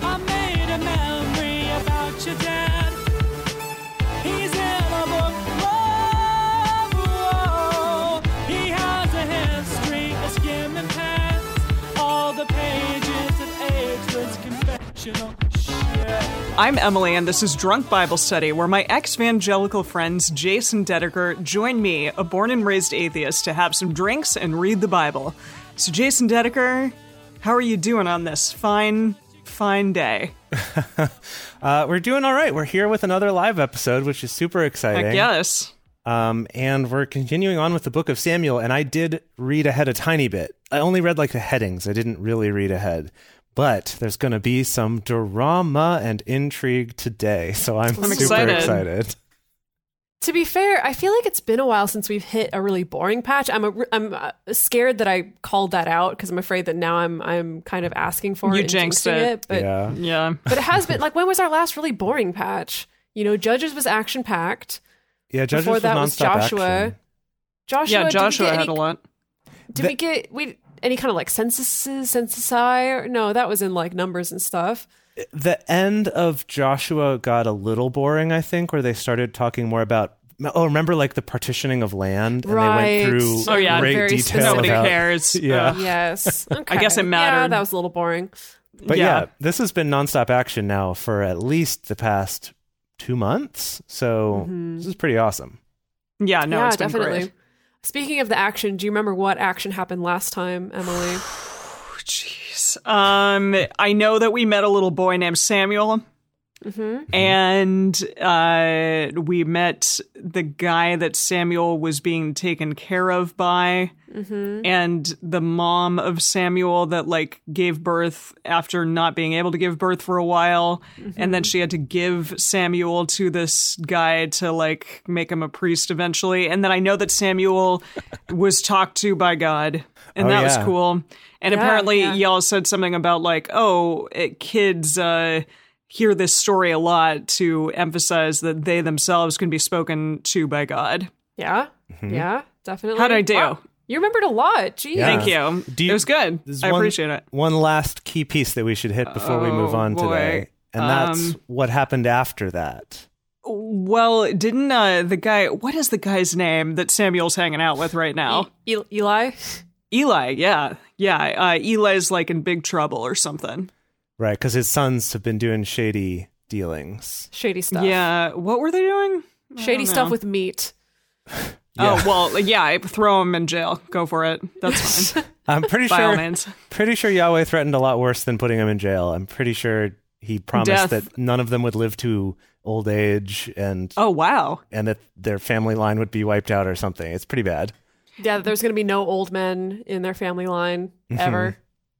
I made a memory about your dad. He's in a book. Whoa, whoa. He has a history of skimming past all the pages of ageless confessional shit. I'm Emily, and this is Drunk Bible Study, where my ex evangelical friends Jason Dedeker join me, a born and raised atheist, to have some drinks and read the Bible. So, Jason Dedeker, how are you doing on this fine, fine day? Uh, we're doing all right. We're here with another live episode, which is super exciting. Heck yes. Um, and we're continuing on with the Book of Samuel. And I did read ahead a tiny bit. I only read like the headings. I didn't really read ahead. But there's going to be some drama and intrigue today, so I'm, super excited. excited. To be fair, I feel like it's been a while since we've hit a really boring patch. I'm a, I'm uh, scared that I called that out because I'm afraid that now I'm I'm kind of asking for You it and jinxed jinxing it. but Yeah, Yeah. but it has been like when was our last really boring patch? You know, Judges was action packed. yeah. Judges Before with that was nonstop Joshua. action. Joshua, Yeah, Joshua did we get had any, a lot. Did we get we any kind of like censuses, censusi? Or, no, that was in like numbers and stuff. the end of Joshua got a little boring, I think, where they started talking more about. Oh, remember like the partitioning of land, and Right. they went through Oh, yeah, great very detail. specific. Nobody about- cares. Yeah. Uh, Yes, okay. guess it Yeah, mattered. that was a little boring. But yeah. Yeah. this has been nonstop action now for at least the past two months. So Mm-hmm. this is pretty awesome. yeah, no, yeah, it's been definitely. great. Speaking of the action, do you remember what action happened last time, Emily? Jeez. Um, I know that we met a little boy named Samuel. And uh, we met the guy that Samuel was being taken care of by, and the mom of Samuel that like gave birth after not being able to give birth for a while, and then she had to give Samuel to this guy to like make him a priest eventually. And then I know that Samuel was talked to by God, and Oh, that was yeah. cool. And apparently, yeah. y'all said something about like, oh, it, kids uh, hear this story a lot to emphasize that they themselves can be spoken to by God. Yeah, yeah, definitely. How'd I do? Wow, you remembered a lot. Jeez. Yeah. Thank you. Do you- It was good. There's I one- appreciate it. One last key piece that we should hit before we move Oh, on boy. today. And that's Um, what happened after that. Well, didn't uh, the guy? What is the guy's name that Samuel's hanging out with right now? E- E- Eli. E- Eli. Yeah, yeah. Uh, Eli's like in big trouble or something. Right. Because his sons have been doing shady dealings. Shady stuff. Yeah. What were they doing? Shady stuff with meat. Yeah. Oh well, yeah. I Throw him in jail. Go for it. That's fine. I'm pretty By all sure. means. Pretty sure Yahweh threatened a lot worse than putting him in jail. I'm pretty sure he promised Death. that none of them would live to old age and Oh wow. and that their family line would be wiped out or something. It's pretty bad. Yeah, there's going to be no old men in their family line ever.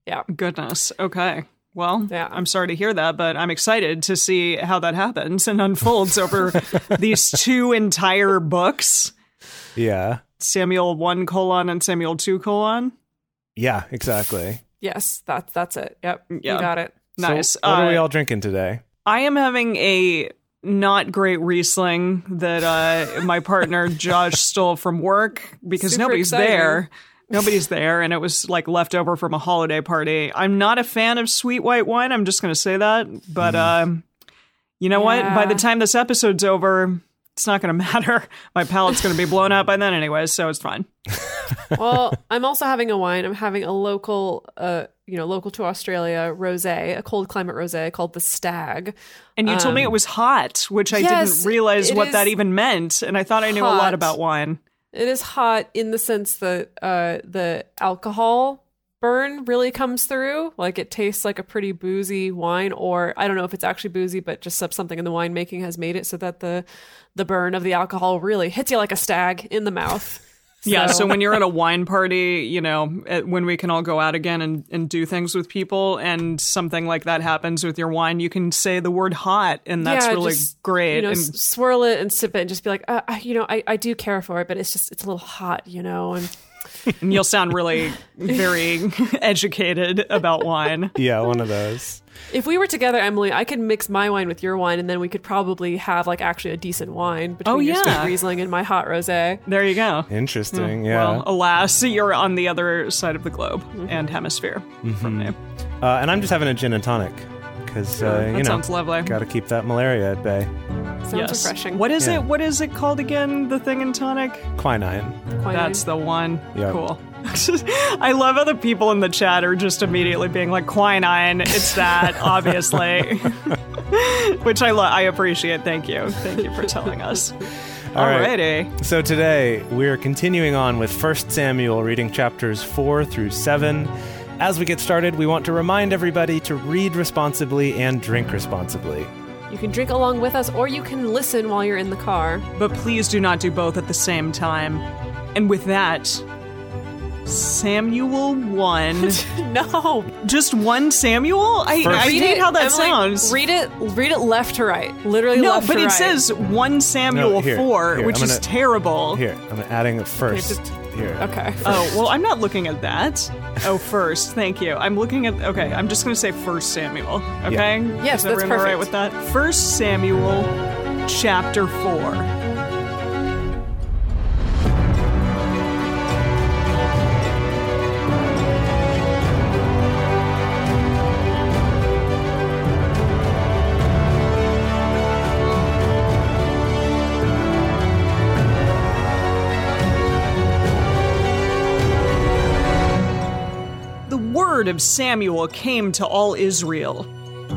Yeah. Goodness. Okay. Well, Yeah. I'm sorry to hear that, but I'm excited to see how that happens and unfolds over these two entire books Yeah. Samuel 1 colon and Samuel 2 colon. Yeah, exactly. Yes, that's that's it. Yep. Yeah. You got it. Nice. So what are we Uh, all drinking today? I am having a not great Riesling that uh, my partner Josh stole from work because Super nobody's exciting. there. Nobody's there, and it was like left over from a holiday party. I'm not a fan of sweet white wine. I'm just going to say that. But um, you know what? By the Mm-hmm. Yeah. time this episode's over, it's not going to matter. My palate's going to be blown out by then, anyway, so it's fine. Well, I'm also having a wine. I'm having a local, uh, you know, local to Australia rosé, a cold climate rosé called the Stag. And you told me it was hot, which I Um, yes, didn't realize it what is that even meant. And I thought I knew a lot hot. about wine. It is hot in the sense that uh, the alcohol burn really comes through. Like it tastes like a pretty boozy wine, or I don't know if it's actually boozy, but just some- something in the winemaking has made it so that the the burn of the alcohol really hits you like a stag in the mouth. Yeah, so when you're at a wine party, you know, at, when we can all go out again and, and do things with people, and something like that happens with your wine, you can say the word hot, and that's Yeah, really just, great. You know, and s- swirl it and sip it and just be like, uh, I- you know, I, I do care for it, but it's just, it's a little hot, you know? And and you'll sound really very educated about wine. Yeah, one of those. if we were together, Emily, I could mix my wine with your wine and then we could probably have like actually a decent wine between Oh, your yeah. sweet Riesling and my hot rosé. There you go. Interesting. Hmm. Well, Yeah. alas, you're on the other side of the globe Mm-hmm. and hemisphere Mm-hmm. from me. uh, and I'm just having a gin and tonic because uh, you that know sounds lovely. Got to keep that malaria at bay. Sounds yes. refreshing. What is Yeah. it? What is it called again? The thing in tonic? Quinine. Quinine. That's the one. Yeah. Cool. I love how the people in the chat are just immediately being like quinine. It's that, obviously. Which I love. I appreciate. Thank you. Thank you for telling us. right. Alrighty. So today we're continuing on with 1 Samuel, reading chapters 4 through 7. As we get started, we want to remind everybody to read responsibly and drink responsibly. You can drink along with us or you can listen while you're in the car. But please do not do both at the same time. And with that, Samuel one. no. Just one Samuel? I, I Read hate it, how that Emily, sounds. Read it read it left to right. Literally no, left but to it right. says one Samuel No, here, four, here, which I'm is gonna- terrible. Here, I'm adding it first. Here. Okay. Oh well, I'm not looking at that. Oh, first, thank you. I'm looking at. Okay, I'm just going to say First Samuel. Okay. Yes, Is that's everyone all right perfect. with that? First Samuel, chapter four. The word of Samuel came to all Israel.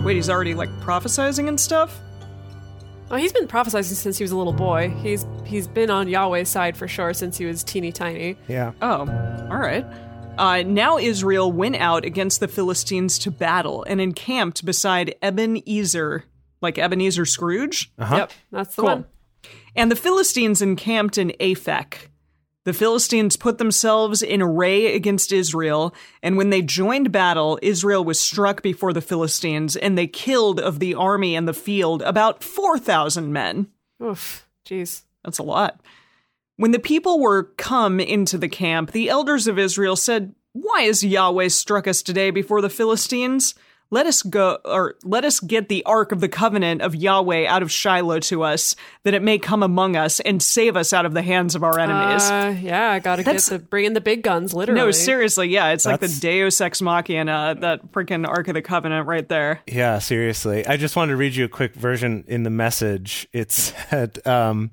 Wait, he's already like prophesizing and stuff. Oh, he's been prophesizing since he was a little boy. He's he's been on Yahweh's side for sure since he was teeny tiny. Yeah. Oh, all right. Uh, now Israel went out against the Philistines to battle and encamped beside Ebenezer, like Ebenezer Scrooge. Uh-huh. Yep, that's the Cool. one. And the Philistines encamped in Aphek. The Philistines put themselves in array against Israel, and when they joined battle, Israel was struck before the Philistines, and they killed of the army and the field about 4,000 men. Oof. Jeez. That's a lot. When the people were come into the camp, the elders of Israel said, Why is Yahweh struck us today before the Philistines? Let us go or let us get the ark of the covenant of Yahweh out of Shiloh to us, that it may come among us and save us out of the hands of our enemies. Uh, yeah, I gotta That's- get the bring in the big guns, literally. no, seriously, yeah, it's like That's- the Deus ex machina, that freaking ark of the covenant right there. Yeah, seriously. I just wanted to read you a quick version in the message. It said, um,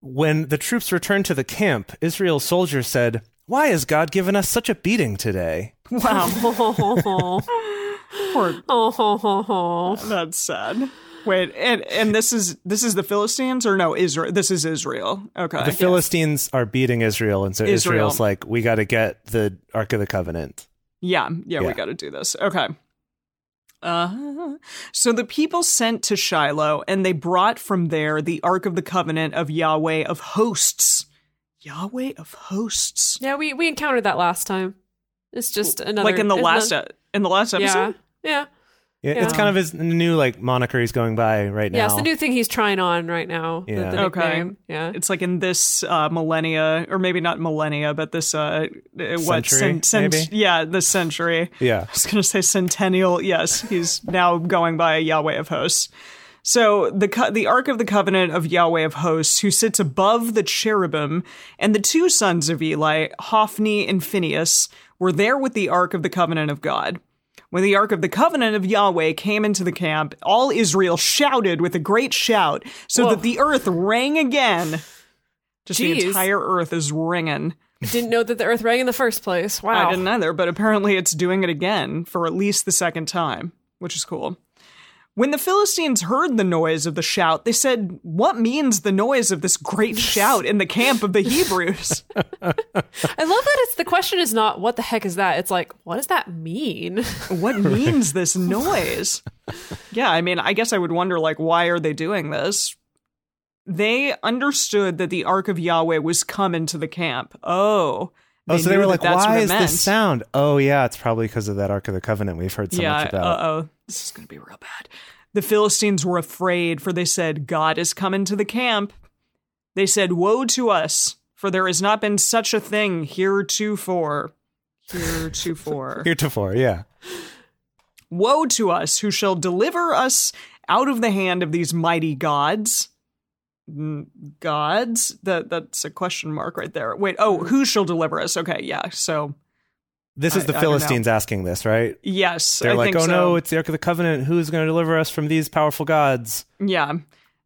When the troops returned to the camp, Israel's soldiers said, Why has God given us such a beating today? Wow, Oh, poor- oh, oh, oh. that's sad. Wait, and and this is this is the Philistines or no Israel? This is Israel. Okay, The Philistines are beating Israel, and so Israel. Israel's like, We got to get the Ark of the Covenant. Yeah, yeah, we Yeah. got to do this. Okay. Uh, so the people sent to Shiloh, and they brought from there the Ark of the Covenant of Yahweh of hosts. Yahweh of hosts, Yeah, we we encountered that last time. It's just another like in the it's last another- e- in the last yeah, episode. yeah, Yeah, It's Yeah. kind of his new like moniker he's going by right now. yeah. It's the new thing he's trying on right now. the- Yeah. the Okay. nickname. Yeah. It's like in this uh, millennia, or maybe not millennia, but this uh, uh, what Century, maybe? yeah, this century. yeah. I was going to say centennial. Yes, he's now going by Yahweh of hosts. So the co- the Ark of the Covenant of Yahweh of hosts, who sits above the cherubim, and the two sons of Eli, Hophni and Phinehas, were there with the Ark of the Covenant of God. When the Ark of the Covenant of Yahweh came into the camp, all Israel shouted with a great shout, so that the earth rang again. Just the Jeez. entire earth is ringing. Didn't know that the Earth rang in the first place. Wow. I didn't either, but apparently it's doing it again for at least the second time, which is cool. When the Philistines heard the noise of the shout, they said, What means the noise of this great shout in the camp of the Hebrews? I love that it's the question is not what the heck is that? It's like, what does that mean? what means this noise? Yeah, I mean, I guess I would wonder, like, why are they doing this? they understood that the Ark of Yahweh was coming to the camp. Oh. Oh, so they knew were that like, that's what why it is meant." this sound? Oh, yeah, it's probably because of that Ark of the Covenant we've heard so much about. Uh oh. This is going to be real bad. The Philistines were afraid, for they said, God is coming to the camp. They said, Woe to us, for there has not been such a thing heretofore. Heretofore. Heretofore, yeah. Woe to us who shall deliver us out of the hand of these mighty gods. Mm, Gods? That that's a question mark right there. Wait, oh, who shall deliver us? Okay, yeah. So This is I- I the don't know. Philistines asking this, right? yes, They're I like, think so. oh no, it's the Ark of the Covenant. Who's going to deliver us from these powerful gods? Yeah.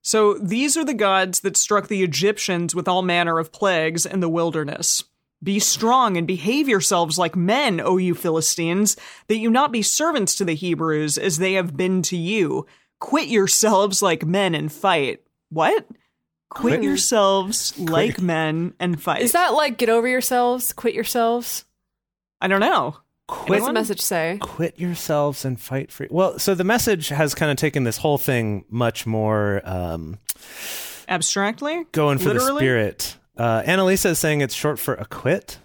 So these are the gods that struck the Egyptians with all manner of plagues in the wilderness. Be strong and behave yourselves like men, O you Philistines, that you not be servants to the Hebrews as they have been to you. Quit yourselves like men and fight. What? Quit, Quit- yourselves like men and fight. Is that like get over yourselves, quit yourselves? I don't know. What Quit, does the message say? quit yourselves and fight for. Well, so the message has kind of taken this whole thing much more um, Abstractly? going for the Literally? spirit. Uh, Annalisa is saying it's short for acquit.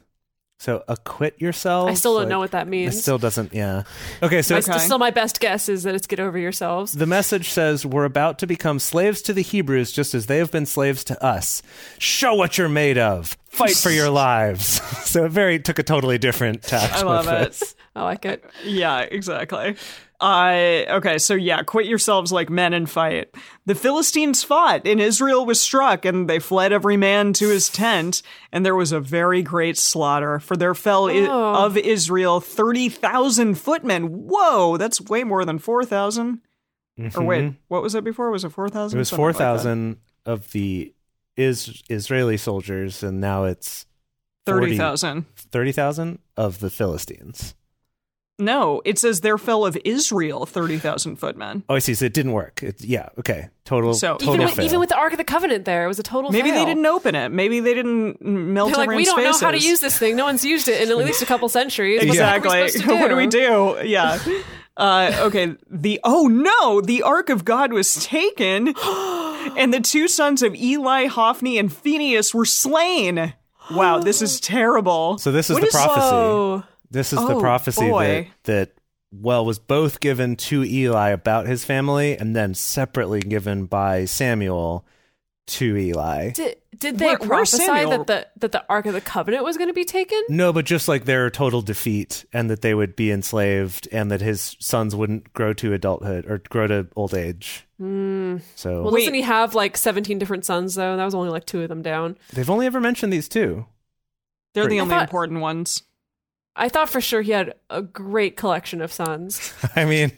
So acquit yourselves. I still don't like- know what that It means. still doesn't. Yeah. Okay. So My- it's- Okay. Still, my best guess is that it's get over yourselves. the message says we're about to become slaves to the Hebrews, just as they have been slaves to us. Show what you're made of. Fight for your lives. so it very took a totally different tack. I love with it. it. I like it. Yeah, exactly. Uh, okay, so yeah, quit yourselves like men and fight. The Philistines fought, and Israel was struck, and they fled every man to his tent, and there was a very great slaughter, for there fell I- Oh. of Israel 30,000 footmen. Whoa, that's way more than 4,000. Or wait, what was it before? Was it 4,000? Mm-hmm. It was Something like four that. thousand of the is Israeli soldiers, and now it's 40 30,000. thirty thousand of the Philistines. No, it says there fell of Israel 30,000 footmen. Oh, I see. So it didn't work. It, yeah. Okay. Total. So- total Even with, fail. even with the Ark of the Covenant, there it was a total. Maybe fail. they didn't open it. Maybe they didn't melt They're like, everyone's we don't know how to faces." use this thing. No one's used it in at least a couple centuries. What the heck Exactly. are we supposed to what do we do? Yeah. Uh, okay. The oh no, the Ark of God was taken, and the two sons of Eli, Hophni, and Phineas were slain. Wow, this is terrible. so this is What the prophecy. Whoa. This is the Oh, prophecy that, boy. that well was both given to Eli about his family, and then separately given by Samuel to Eli. Did, did they Where- where's prophesy Samuel? that the that the Ark of the Covenant was going to be taken? No, but just like their total defeat, and that they would be enslaved, and that his sons wouldn't grow to adulthood or grow to old age. So Hmm. Well, Wait. doesn't he have like seventeen different sons though? That was only like two of them down. they've only ever mentioned these two. They're the I only thought- important ones. I thought for sure he had a great collection of sons. I mean,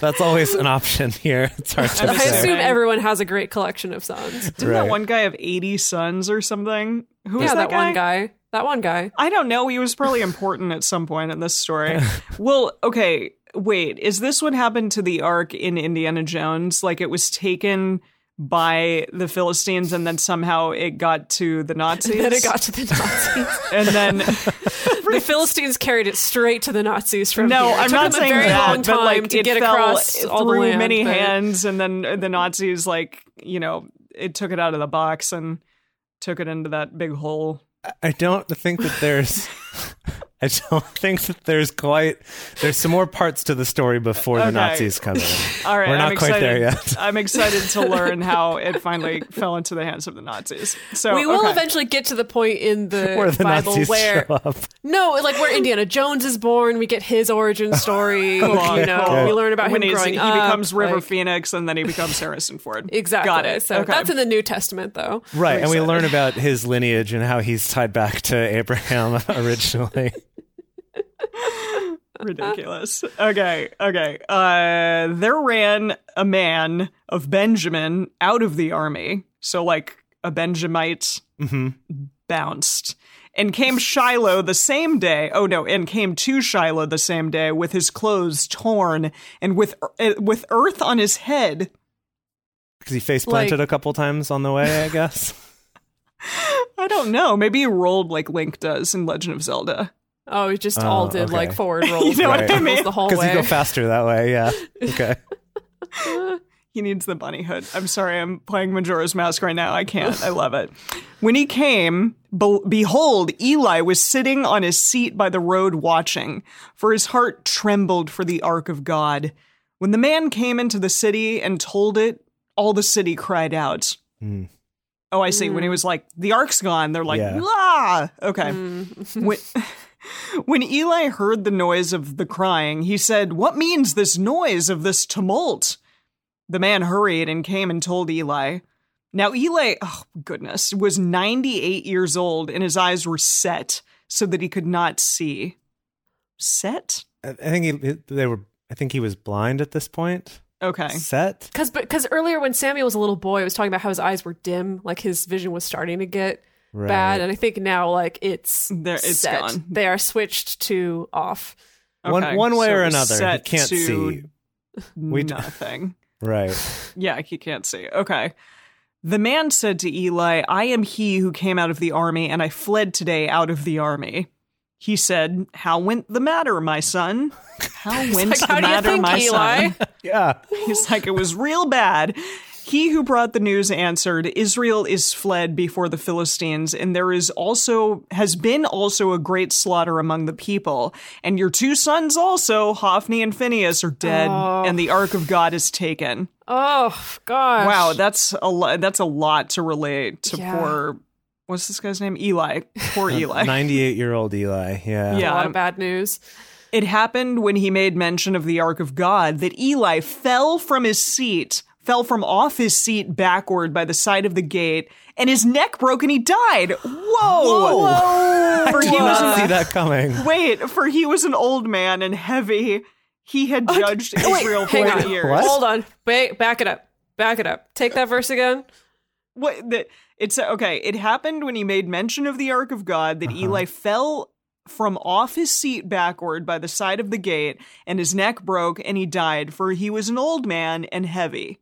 that's always an option here. It's hard to I I'm say. assume sorry. everyone has a great collection of sons. Didn't Right. that one guy have eighty sons or something? Who was yeah, that, that, one guy. That one guy. I don't know. He was probably important at some point in this story. well, okay, wait. Is this what happened to the Ark in Indiana Jones? Like it was taken by the Philistines and then somehow it got to the Nazis? Then it got to the Nazis. and then the Philistines carried it straight to the Nazis from no, here. It I'm took not them saying a very that, long time but like to it get fell across through all the land, many but- hands, and then the Nazis like you know it took it out of the box and took it into that big hole. I don't think that there's. I don't think that there's quite. There's some more parts to the story before the Okay. Nazis come in. All right, We're not I'm quite excited. there yet. I'm excited to learn how it finally fell into the hands of the Nazis. So We will Oh, okay. eventually get to the point in the, Where the Bible Nazis where show up. no, like where Indiana Jones is born, we get his origin story. you know, okay. we learn about when him he's- growing he up. becomes River like- Phoenix, and then he becomes Harrison Ford. Exactly. Got it. So okay. that's in the New Testament, though. Right, and we learn about his lineage and how he's tied back to Abraham originally. ridiculous. Okay, okay. Uh, there ran a man of Benjamin out of the army. So like a Benjamite bounced and came Shiloh the same day. Oh no, and came to Shiloh the same day with his clothes torn and with uh, with earth on his head. Because he face planted Like- a couple times on the way, I guess. I don't know. Maybe he rolled like Link does in Legend of Zelda. Oh, we just all Oh, did okay. like forward rolls. Uh, You know like, what I almost mean? The whole Because you way. go faster that way, yeah. Okay. He needs the bunny hood. I'm sorry, I'm playing Majora's Mask right now. I can't. I love it. When he came, be- behold, Eli was sitting on his seat by the road watching, for his heart trembled for the ark of God. When the man came into the city and told it, all the city cried out. Mm. Oh, I see. When he was like, the ark's gone, they're like, Yeah. ah, okay. when, when Eli heard the noise of the crying, he said, What means this noise of this tumult? The man hurried and came and told Eli. Now, Eli, oh goodness, was 98 years old and his eyes were set so that he could not see. Set? I I think he, they were. I think he was blind at this point. Okay. Set. Because because earlier when Samuel was a little boy, I was talking about how his eyes were dim, like his vision was starting to get Right. bad, and I think now like it's There- it's set. gone. They are switched to off. One Okay, one way so or it was another, he set can't to- see. We d- Nothing. Right. Yeah, he can't see. Okay. The man said to Eli, I am he who came out of the army, and I fled today out of the army. He said, How went the matter, my son? How went Like, the how do you matter, think, my Eli? son? Yeah. He's like, It was real bad. He who brought the news answered, Israel is fled before the Philistines, and there is also, has been also a great slaughter among the people. And your two sons also, Hophni and Phineas, are dead, and the ark of God is taken. Oh gosh! Wow, that's a lot. That's a lot to relate to Yeah. poor. What's this guy's name? Eli. Poor Eli. Ninety-eight year old Eli. Yeah. a Yeah. lot of bad news. It happened when he made mention of the Ark of God that Eli fell from his seat, fell from off his seat backward by the side of the gate, and his neck broke and he died. Whoa! For I he did was not an- see that coming. wait, for he was an old man and heavy. He had judged Israel Hang for on. years. What? Hold on. Ba- back it up. Back it up. Take that verse again. what the, it's okay it happened when he made mention of the ark of god that eli fell from off his seat backward by the side of the gate and his neck broke and he died for he was an old man and heavy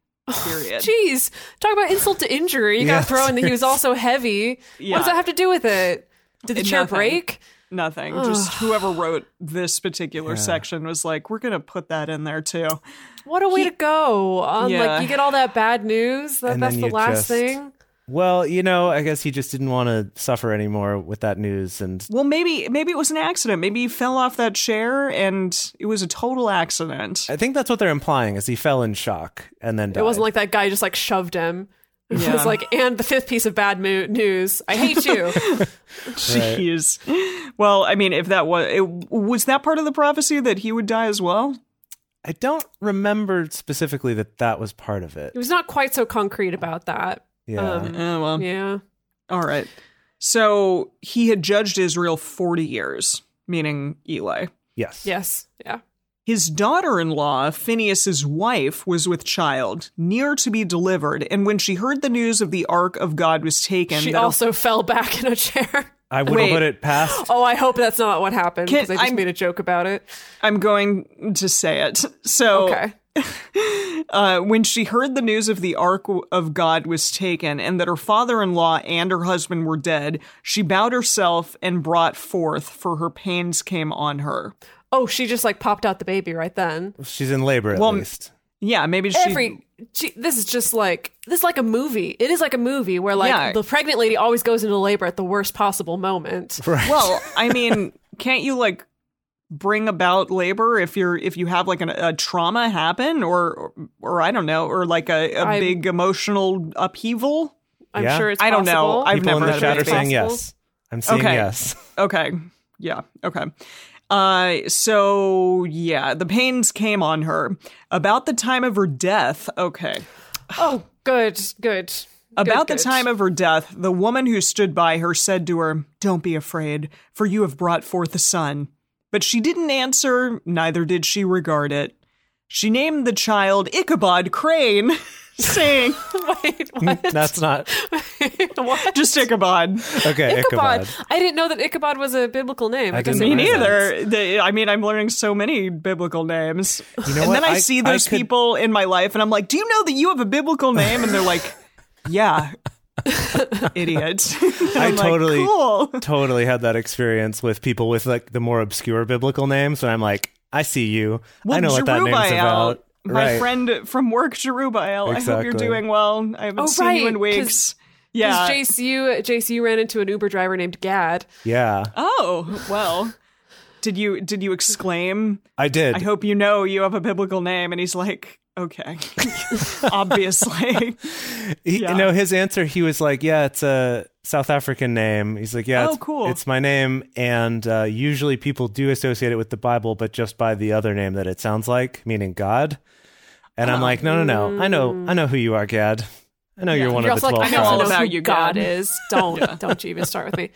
period Jeez, talk about insult to injury. You Yeah, got thrown that he was seriously. also heavy. What Yeah. does that have to do with it? Did the chair Nothing. break? nothing just whoever wrote this particular section was like we're gonna put that in there too What a way to go! Um, Yeah. Like you get all that bad news. That, And that's then the you last just- thing. Well, you know, I guess he just didn't want to suffer anymore with that news, and well maybe maybe it was an accident maybe he fell off that chair and it was a total accident I think that's what they're implying is he fell in shock and then died. It wasn't like that guy just like shoved him. It Yeah. was like, and the fifth piece of bad mo- news. I hate you. jeez well i mean if that was it was that part of the prophecy that he would die as well I don't remember specifically that that was part of it. he was not quite so concrete about that. Yeah. um, Oh, well. Yeah. All right. So he had judged Israel 40 years, meaning Eli. yes. Yes. Yeah. His daughter in law, Phineas's wife, was with child, near to be delivered. And when she heard the news of the ark of God was taken, she that her- also fell back in a chair. I wouldn't Wait. put it past. Oh, I hope that's not what happened Can- because I just I'm- made a joke about it. I'm going to say it. So Okay. uh, when she heard the news of the ark of God was taken and that her father in law and her husband were dead, she bowed herself and brought forth, for her pains came on her. Oh, she just like popped out the baby right then. She's in labor at Well, least. Yeah, maybe she. Every gee, this is just like this is like a movie. It is like a movie where like Yeah. the pregnant lady always goes into labor at the worst possible moment. Well, I mean, can't you like bring about labor if you're if you have like an, a trauma happen or or I don't know or like a, a I'm- big emotional upheaval? I'm Yeah. sure it's I don't know. possible. I've People in never the had chat it are saying possible. yes. I'm saying Okay. yes. Okay, yeah, okay. Uh, so yeah, the pains came on her about the time of her death. Okay. Oh, good, good. About Good, the good. time of her death, the woman who stood by her said to her, Don't be afraid, for you have brought forth a son. But she didn't answer, neither did she regard it. She named the child Ichabod Crane, saying, Wait, what? That's not what? Just Ichabod. okay. Ichabod. Ichabod. I didn't know that Ichabod was a biblical name. I It doesn't didn't Me make sense. neither. They- I mean, I'm learning so many biblical names. You know and what? then I, I- see I those could- people in my life and I'm like, Do you know that you have a biblical name? And they're like, Yeah. Idiot. I I'm like, totally- cool. Totally had that experience with people with like the more obscure biblical names, and I'm like, I see you. Well, I know what that name's Jerubbaal- about. My Right. friend from work, Jerubbaal. I hope you're Exactly. doing well. I haven't Oh, seen you in right, 'cause- weeks. Yeah. Because JCU, JCU ran into an Uber driver named Gad. Yeah, oh well. Did you did you exclaim? I did. I hope you know you have a biblical name. And he's like, okay, obviously. He, Yeah. No, his answer, he was like, "Yeah, it's a South African name." He's like, "Yeah, Oh, it's, cool. It's my name, and uh, usually people do associate it with the Bible, but just by the other name that it sounds like, meaning God." And Ah. I'm like, "No, no, no. I know, I know who you are, Gad. I know you're one You're of the also twelve like, I know all also know tribes." about who you, God God. is. Don't don't you even start with me.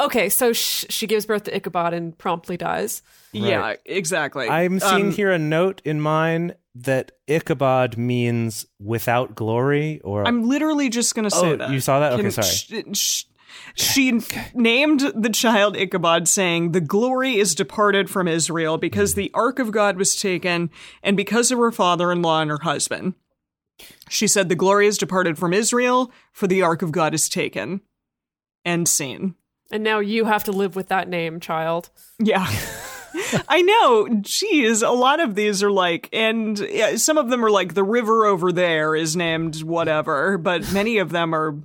Okay, so sh- she gives birth to Ichabod and promptly dies. Yeah, exactly. I'm seeing Um, here a note in mine that Ichabod means without glory, or I'm literally just going to say Oh, that. you saw that? Okay, Can- sorry. sh- sh- she named the child Ichabod, saying, The glory is departed from Israel because Mm. the ark of God was taken, and because of her father in law and her husband. She said, The glory is departed from Israel, for the ark of God is taken. End scene. And now you have to live with that name, child. Yeah. I know. Geez, a lot of these are like, and yeah, some of them are like the river over there is named whatever, but many of them are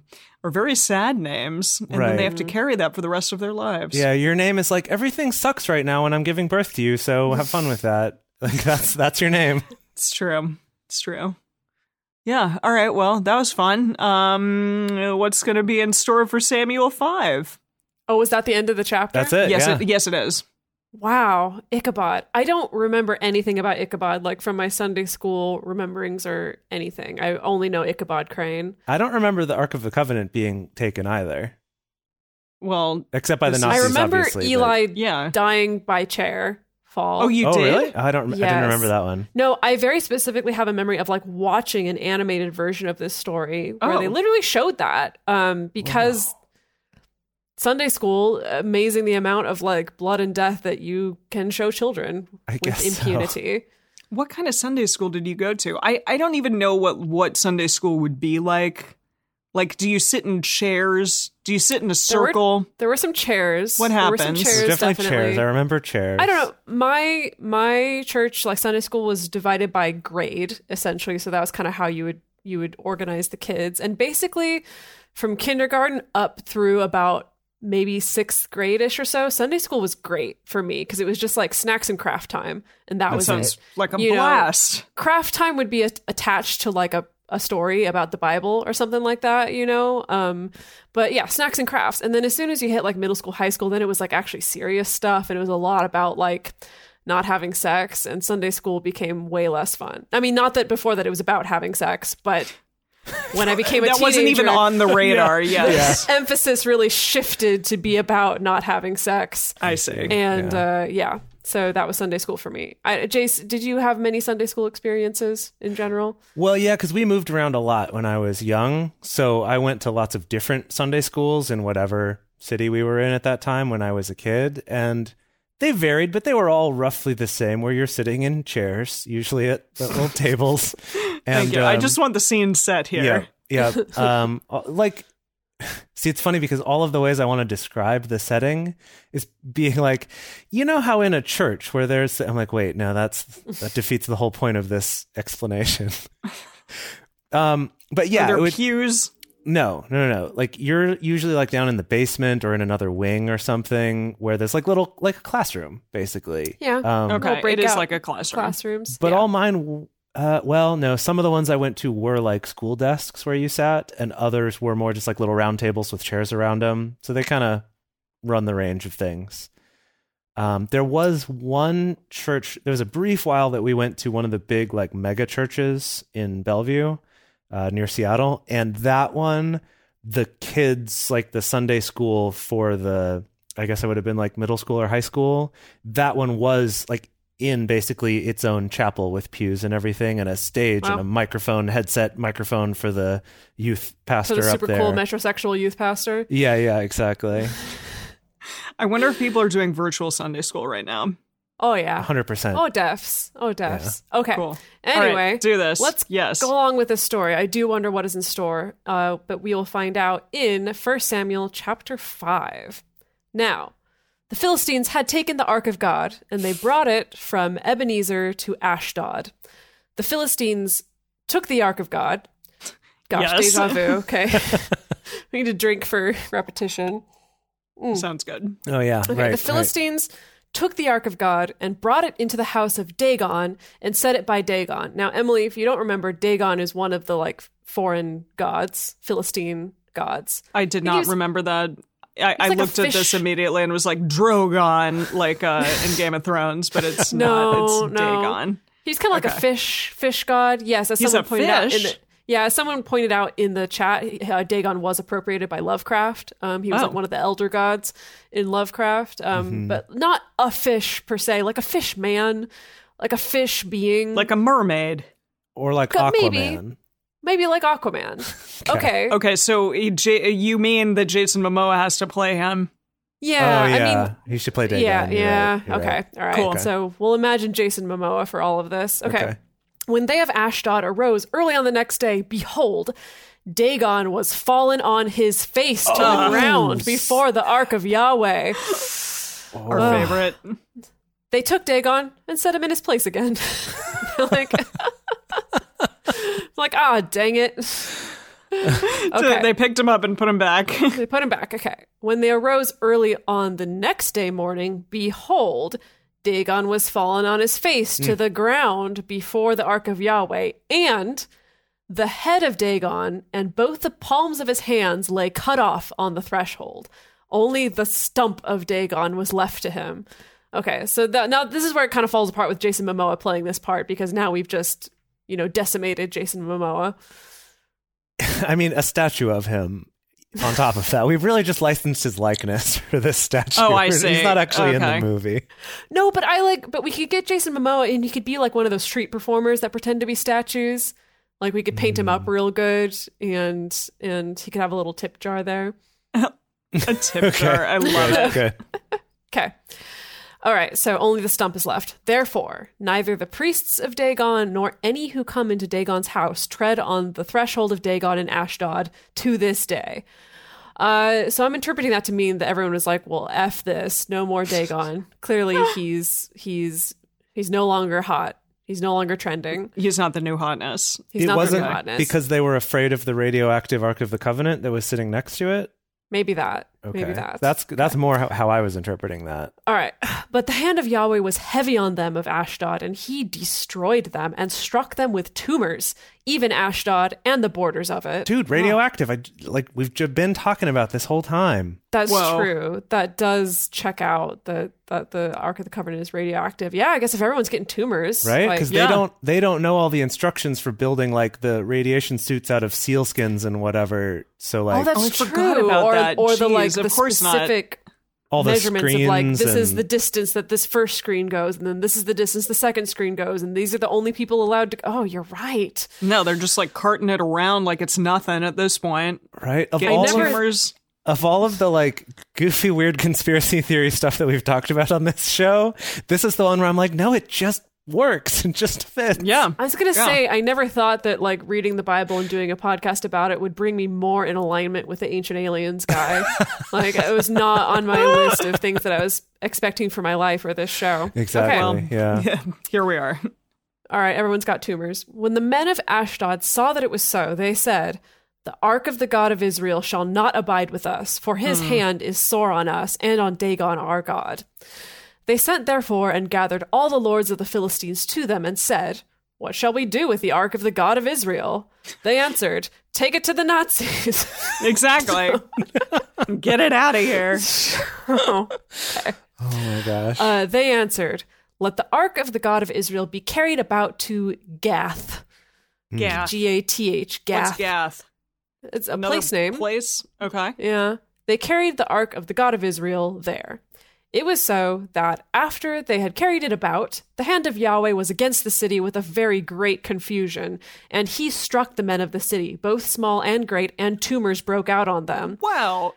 are very sad names, and then Right. they have to carry that for the rest of their lives. Yeah, your name is like everything sucks right now when I'm giving birth to you, so have fun with that. Like that's that's your name. it's true. It's true. Yeah. All right. Well, that was fun. Um, what's going to be in store for Samuel Five? Oh, is that the end of the chapter? That's it. Yes. yeah. It, yes, it is. Wow, Ichabod. I don't remember anything about Ichabod, like from my Sunday school rememberings or anything. I only know Ichabod Crane. I don't remember the Ark of the Covenant being taken either, Well, except by the This is- Nazis. I remember obviously, but- Eli yeah. dying by chair fall. Oh, you Oh, did. really? I don't. rem- I Yes. didn't remember that one. No, I very specifically have a memory of like watching an animated version of this story where Oh. they literally showed that um, because Sunday school, amazing the amount of like blood and death that you can show children I with guess so. impunity. What kind of Sunday school did you go to? I, I don't even know what, what Sunday school would be like. Like, do you sit in chairs? Do you sit in a There were- circle? There were some chairs. What There were some happens? chairs, There's definitely, chairs. definitely. I remember chairs. I don't know. My my church, like Sunday school, was divided by grade essentially, so that was kind of how you would you would organize the kids, and basically from kindergarten up through about maybe sixth grade ish or so, Sunday school was great for me because it was just like snacks and craft time, and that, That was sounds it. like a You know, blast. Craft time would be a- attached to like a a story about the Bible or something like that, you know. Um, but yeah, snacks and crafts. And then as soon as you hit like middle school, high school, then it was like actually serious stuff, and it was a lot about like not having sex. And Sunday school became way less fun. I mean, not that before that it was about having sex, but when I became a That teenager, wasn't even on the radar. Yes. emphasis really shifted to be about not having sex. I see. And yeah. Uh, yeah, so that was Sunday school for me. I, Jace, did you have many Sunday school experiences in general? Well, yeah, because we moved around a lot when I was young. So I went to lots of different Sunday schools in whatever city we were in at that time when I was a kid. And they varied, but they were all roughly the same, where you're sitting in chairs, usually at, at little tables. And Thank you. I um, just want the scene set here. yeah, yeah. Um, uh, like, see, it's funny because all of the ways I want to describe the setting is being like, you know, how in a church where there's, I'm like, wait, no, that's that defeats the whole point of this explanation. um, but Are yeah, there it would, pews? no, no, no, no. Like you're usually like down in the basement or in another wing or something where there's like little like a classroom basically. Yeah. Um, Little Okay. It breakout is like a classroom. Classrooms, but Yeah. all mine, uh, well, no, some of the ones I went to were like school desks where you sat, and others were more just like little round tables with chairs around them. So they kind of run the range of things. Um, there was one church, there was a brief while that we went to one of the big like mega churches in Bellevue uh, near Seattle. And that one, the kids, like the Sunday school for the, I guess I would have been like middle school or high school. That one was like in basically its own chapel with pews and everything and a stage and Wow. a microphone, headset microphone for the youth So pastor the up super there. cool metrosexual youth pastor. yeah, yeah, exactly. I wonder if people are doing virtual Sunday school right now. Oh yeah. 100%. Oh defs. Oh defs. Okay. Cool. All right, Anyway, do this. Let's Yes. go along with this story. I do wonder what is in store, uh, but we will find out in 1 Samuel chapter five. Now, the Philistines had taken the ark of God, and they brought it from Ebenezer to Ashdod. the Philistines took the Ark of God. Gosh, Yes. deja vu. Okay. we need to drink for repetition. Sounds good. Oh yeah, Okay, right. the Philistines took the Ark of God and brought it into the house of Dagon and set it by Dagon. Now, Emily, if you don't remember, Dagon is one of the like foreign gods, Philistine gods. I did he not was- remember that. I, I like a looked at this fish. immediately and was like Drogon, like uh, in Game of Thrones, but it's No, not. It's no. Dagon. He's kind of like a fish, fish god. Yes, as He's someone a pointed out in fish? the yeah, as someone pointed out in the chat, he- uh, Dagon was appropriated by Lovecraft. Um, he was Oh. like one of the elder gods in Lovecraft, um, Mm-hmm. but not a fish per se, like a fish man, like a fish being, Like a mermaid. or like Got- Aquaman. maybe. maybe like Aquaman. okay. Okay, so he, J- you mean that Jason Momoa has to play him? Yeah, oh yeah, I mean, he should play Dagon. yeah, You're yeah. right. You're okay, right. all right. Cool. So we'll imagine Jason Momoa for all of this. Okay. Okay. When they of Ashdod arose early on the next day, behold, Dagon was fallen on his face to the ground before the ark of Yahweh. Our favorite. They took Dagon and set him in his place again. like, like ah, dang it. So They picked him up and put him back. They put him back. Okay. When they arose early on the next day morning, behold, Dagon was fallen on his face to the ground before the ark of Yahweh, and the head of Dagon and both the palms of his hands lay cut off on the threshold. Only the stump of Dagon was left to him. Okay, so that, now this is where it kind of falls apart with Jason Momoa playing this part because now we've just, you know, decimated Jason Momoa. I mean, a statue of him. On top of that, we've really just licensed his likeness for this statue. Oh, I see. He's not Okay. actually in the movie. No, but I like, but we could get Jason Momoa and he could be like one of those street performers that pretend to be statues. Like we could paint him up real good and and he could have a little tip jar there. a tip jar. I love it. Good, good. Okay. All right, so only the stump is left. Therefore, neither the priests of Dagon nor any who come into Dagon's house tread on the threshold of Dagon in Ashdod to this day. Uh, so I'm interpreting that to mean that everyone was like, "Well, f this, no more Dagon." Clearly, he's he's he's no longer hot. He's no longer trending. He's not the new hotness. He's it not wasn't the new hotness. because they were afraid of the radioactive Ark of the Covenant that was sitting next to it. maybe that. Okay, Maybe that. that's that's more how, how I was interpreting that. All right. But the hand of Yahweh was heavy on them of Ashdod, and he destroyed them and struck them with tumors, even Ashdod and the borders of it. Dude, radioactive. I like we've j- been talking about this whole time. That's Whoa. true. That does check out that that the Ark of the Covenant is radioactive. Yeah, I guess if everyone's getting tumors, right like- because Yeah. they don't they don't know all the instructions for building like the radiation suits out of seal skins and whatever so like oh, that's Oh, I forgot true. about or that. or the Jeez, like of the course not. specific all the measurements screens of like this is and- the distance that this first screen goes, and then this is the distance the second screen goes, and these are the only people allowed to. Oh, you're right. No, they're just like carting it around like it's nothing at this point. right of Getting all, never- of, tumors. of all of the like goofy weird conspiracy theory stuff that we've talked about on this show this is the one where i'm like no it just works and just fits Yeah. I was gonna Yeah. say I never thought that like reading the Bible and doing a podcast about it would bring me more in alignment with the ancient aliens guy. like it was not on my list of things that I was expecting for my life or this show. exactly Okay. yeah Here we are. All right, everyone's got tumors. When the men of Ashdod saw that it was so, they said, The ark of the God of Israel shall not abide with us, for Hmm. his hand is sore on us and on Dagon our God. They sent therefore and gathered all the lords of the Philistines to them and said, What shall we do with the ark of the God of Israel? They answered, Take it to the Nazis. Exactly. Get it out of here. oh my gosh Uh, they answered, Let the ark of the God of Israel be carried about to Gath. Gath. G A T H, What's Gath. Gath? It's a Another place name. Place. Okay. Yeah. They carried the ark of the God of Israel there. It was so that after they had carried it about, the hand of Yahweh was against the city with a very great confusion, and he struck the men of the city, both small and great, and tumors broke out on them. Wow.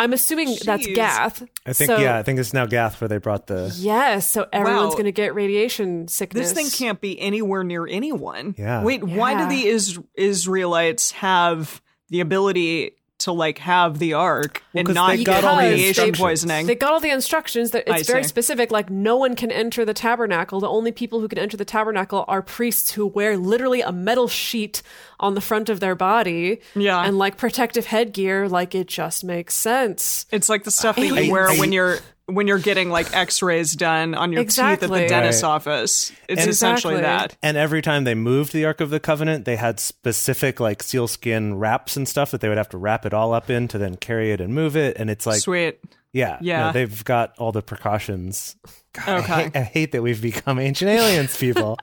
I'm assuming that's Jeez. Gath. i think so, yeah i think it's now gath where they brought the Yes, so everyone's Wow. going to get radiation sickness. This thing can't be anywhere near anyone. Yeah. Wait, why do Yeah. the is- Israelites have the ability to like have the arc and 'cause not they got get all the radiation instructions. poisoning. They got all the instructions that I it's very see. specific. Like no one can enter the tabernacle. The only people who can enter the tabernacle are priests who wear literally a metal sheet on the front of their body. Yeah. and like protective headgear. Like it just makes sense. It's like the stuff that you Aliens. wear when you're when you're getting like X-rays done on your teeth at Exactly. the dentist's Right. office. It's And- essentially Exactly. that. And every time they moved the Ark of the Covenant, they had specific like sealskin wraps and stuff that they would have to wrap it all up in to then carry it and move it. And it's like, Sweet. yeah, no, Yeah. they've got all the precautions. God, I Okay. hate- I hate that we've become ancient aliens people.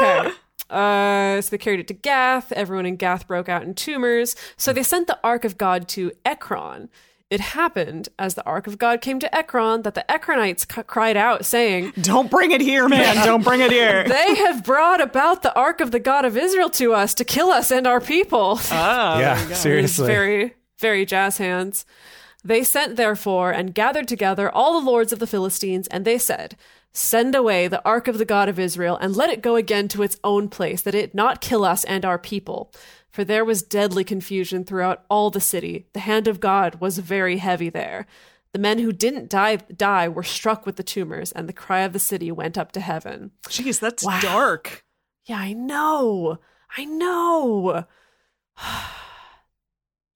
Okay. Uh, so they carried it to Gath. Everyone in Gath broke out in tumors. So they sent the Ark of God to Ekron. It happened as the Ark of God came to Ekron that the Ekronites c- cried out, saying, Don't bring it here, man. Don't bring it here. They have brought about the Ark of the God of Israel to us to kill us and our people. Ah. yeah, It's seriously. very, very jazz hands. They sent, therefore, and gathered together all the lords of the Philistines, and they said, Send away the ark of the God of Israel, and let it go again to its own place, that it not kill us and our people. For there was deadly confusion throughout all the city. The hand of God was very heavy there. The men who didn't die, die were struck with the tumors, and the cry of the city went up to heaven. Jeez, that's Wow. dark. Yeah, I know. I know.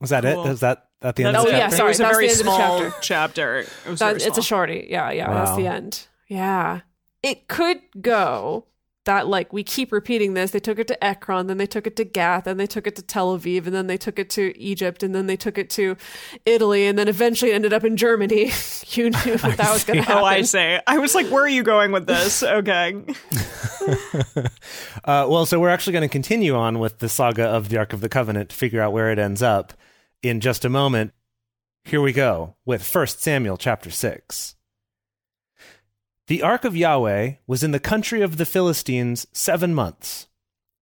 Was that it? Cool. Was that at the end That's of Oh, the yeah, chapter? sorry, It was a that was very the end of the small chapter. chapter. It was very That- it's a small. shorty. Yeah, yeah. That's the Wow. end. Yeah. It could go that like we keep repeating this. They took it to Ekron, then they took it to Gath, and they took it to Tel Aviv, and then they took it to Egypt, and then they took it to Italy, and then eventually ended up in Germany. you knew that, was going to happen. Oh, I say. I was like, where are you going with this? Okay. Uh, well, so we're actually going to continue on with the saga of the Ark of the Covenant to figure out where it ends up in just a moment. Here we go with 1 Samuel chapter 6. The Ark of Yahweh was in the country of the Philistines seven months.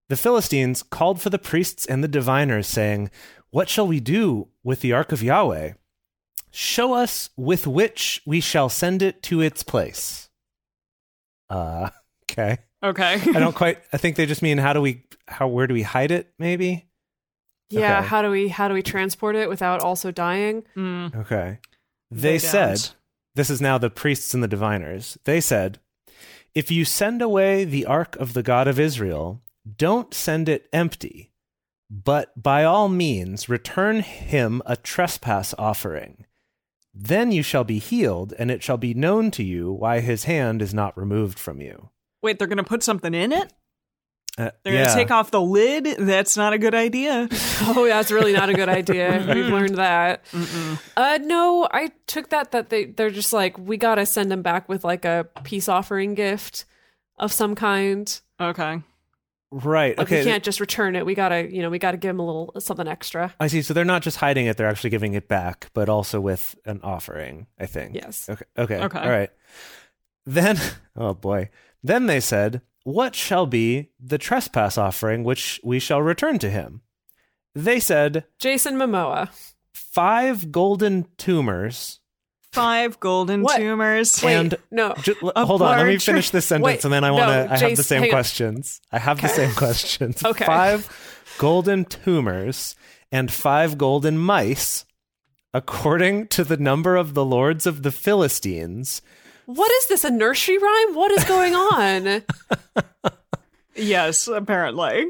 The Philistines called for the priests and the diviners, saying, What shall we do with the Ark of Yahweh? Show us with which we shall send it to its place. Uh, okay. Okay. I don't quite. I think they just mean how do we, how where do we hide it? Maybe. Yeah. Okay. How do we how do we transport it without also dying? Mm. Okay. They They said, don't. this is now the priests and the diviners. They said, if you send away the ark of the God of Israel, don't send it empty, but by all means return him a trespass offering. Then you shall be healed, and it shall be known to you why his hand is not removed from you. Wait, they're going to put something in it? Uh, They're going to yeah. take off the lid? That's not a good idea. Oh, that's really not a good idea. We've learned that. Mm-mm. Uh, no, I took that that they they're just like we gotta send them back with like a peace offering gift of some kind. Okay. Right. Like okay. we can't just return it. We gotta you know we gotta give them a little something extra. I see. So they're not just hiding it; they're actually giving it back, but also with an offering. I think. Yes. Okay. Okay. Okay. All right. Then, oh boy. Then they said, "What shall be the trespass offering which we shall return to him?" They said, Jason Momoa. five golden tumors." Five golden What? tumors. and No. Ju- l- A hold on. Let me large- finish this sentence, Wait, and then I no, want to. I have the Jason, same hang on. questions. I have the same questions. Okay. Five golden tumors and five golden mice, according to the number of the lords of the Philistines. What is this? A nursery rhyme? What is going on? Yes, apparently.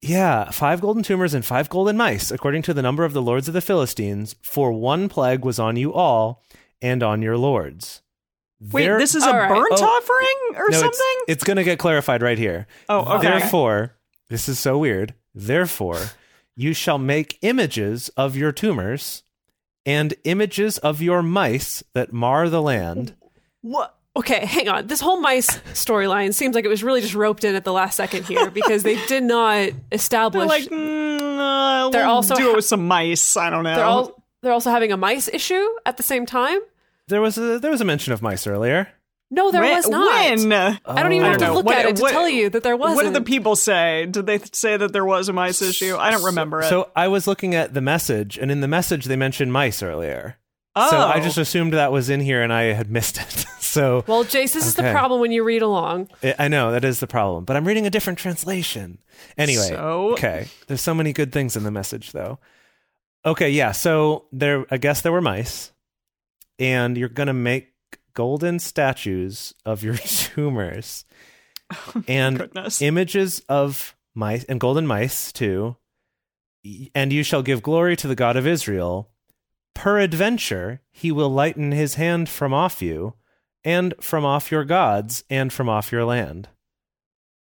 Yeah, five golden tumors and five golden mice, according to the number of the lords of the Philistines. For one plague was on you all, and on your lords. Wait, There- this is a All right. burnt Oh. offering or No, it's- something? It's, going to get clarified right here. Oh, okay. Therefore, this is so weird. Therefore, you shall make images of your tumors and images of your mice that mar the land. what? Okay, hang on. This whole mice storyline seems like it was really just roped in at the last second here because they did not They're establish. like, mm, uh, They're we'll also do ha- it with some mice. I don't know. they're all they're also having a mice issue at the same time. There was a, there was a mention of mice earlier. No, there when, was not. When? I don't even Oh. have I to don't look know. at What- it to what- tell you that there wasn't. What did the people say? Did they th- say that there was a mice issue? I don't remember it. So I was looking at the message, and in the message they mentioned mice earlier. oh, So I just assumed that was in here, and I had missed it. So Well, Jace, this is the Okay. problem when you read along. I- I know that is the problem, but I'm reading a different translation. Anyway, So- okay. There's so many good things in the message, though. Okay, yeah. So there, I guess there were mice, and you're gonna make golden statues of your tumors, and Goodness. images of mice and golden mice too. And you shall give glory to the God of Israel. Peradventure, he will lighten his hand from off you, and from off your gods, and from off your land.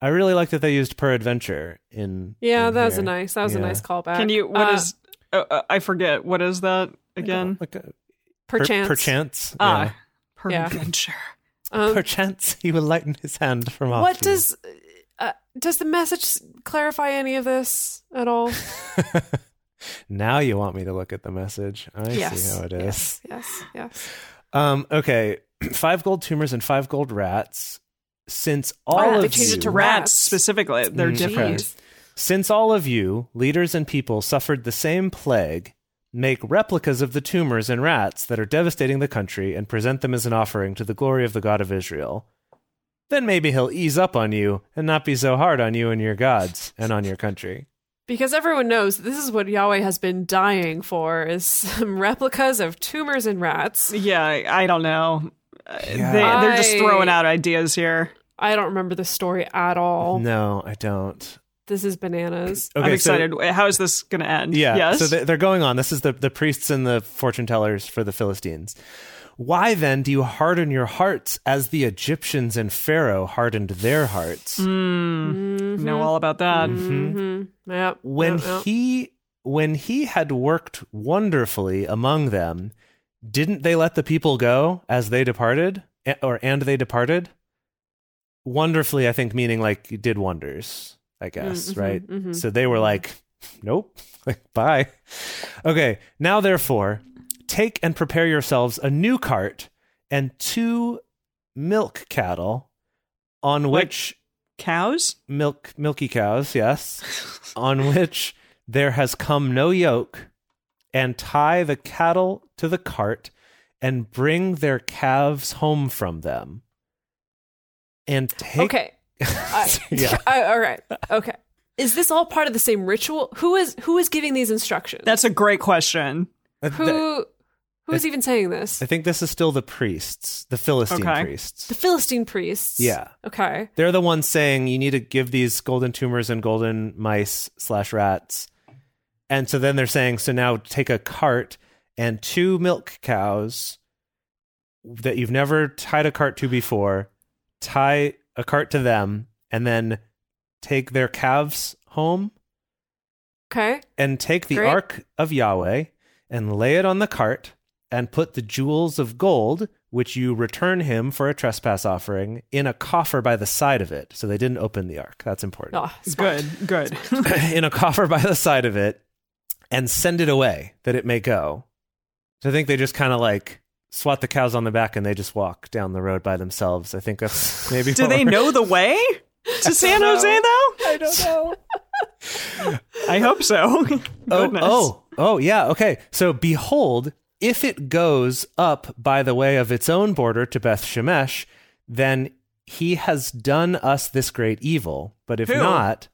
I really like that they used peradventure in. Yeah, in that was a here. nice that was a Yeah. nice callback. Can you? What Uh, is? uh, uh, I forget. What is that again? Like a- per- perchance? Perchance. Ah, yeah. Yeah. peradventure. Um, Perchance, he will lighten his hand from off. what you. does uh, does the message clarify any of this at all? now you want me to look at the message? I yes. see how it is. Yes. Yes. yes. Um, okay. five gold tumors and five gold rats. Since all Oh, of they changed you, it to rat. Rats specifically. They're Mm, different. okay. since all of you, leaders and people, suffered the same plague, make replicas of the tumors and rats that are devastating the country and present them as an offering to the glory of the God of Israel. Then maybe he'll ease up on you and not be so hard on you and your gods and on your country. Because everyone knows this is what Yahweh has been dying for is some replicas of tumors and rats. Yeah, I I don't know. Uh, Yeah. They, they're just I- throwing out ideas here. I don't remember the story at all. No, Oh. I don't. This is bananas. Okay, I'm so- excited. How is this going to end? Yeah. Yes. So they- they're going on. This is the, the priests and the fortune tellers for the Philistines. Why then do you harden your hearts as the Egyptians and Pharaoh hardened their hearts? Mm. Hmm, know all about that. Mm-hmm. Mm-hmm. Yep. When Yep, yep. he when he had worked wonderfully among them, didn't they let the people go as they departed? A- Or and they departed? Wonderfully, I think meaning like he did wonders, I guess, Mhm, right? mhm. So they were like, nope, like, bye. Okay, now therefore, take and prepare yourselves a new cart and two milk cattle on Like- which Cows? milk milky cows, yes, on which there has come no yoke, and tie the cattle to the cart and bring their calves home from them. And take okay. I- Yeah. I- all right. Okay. Is this all part of the same ritual? Who is who is giving these instructions? That's a great question. I th- who who is even saying this? I think this is still the priests, the Philistine Okay. priests. The Philistine priests. Yeah. Okay. They're the ones saying you need to give these golden tumors and golden mice slash rats. And so then they're saying, so now take a cart and two milk cows that you've never tied a cart to before, tie a cart to them, and then take their calves home Okay. and take the Great. ark of Yahweh and lay it on the cart and put the jewels of gold which you return him for a trespass offering in a coffer by the side of it so they didn't open the ark that's important Oh, smart. Good, good. in a coffer by the side of it and send it away that it may go so i think they just kind of like swat the cows on the back and they just walk down the road by themselves i think that's maybe Do what they we're- know the way to San Jose, though? I don't know. I hope so. Oh, Goodness. oh, oh, yeah. Okay. So behold, if it goes up by the way of its own border to Beth Shemesh, then he has done us this great evil. But if Who? not,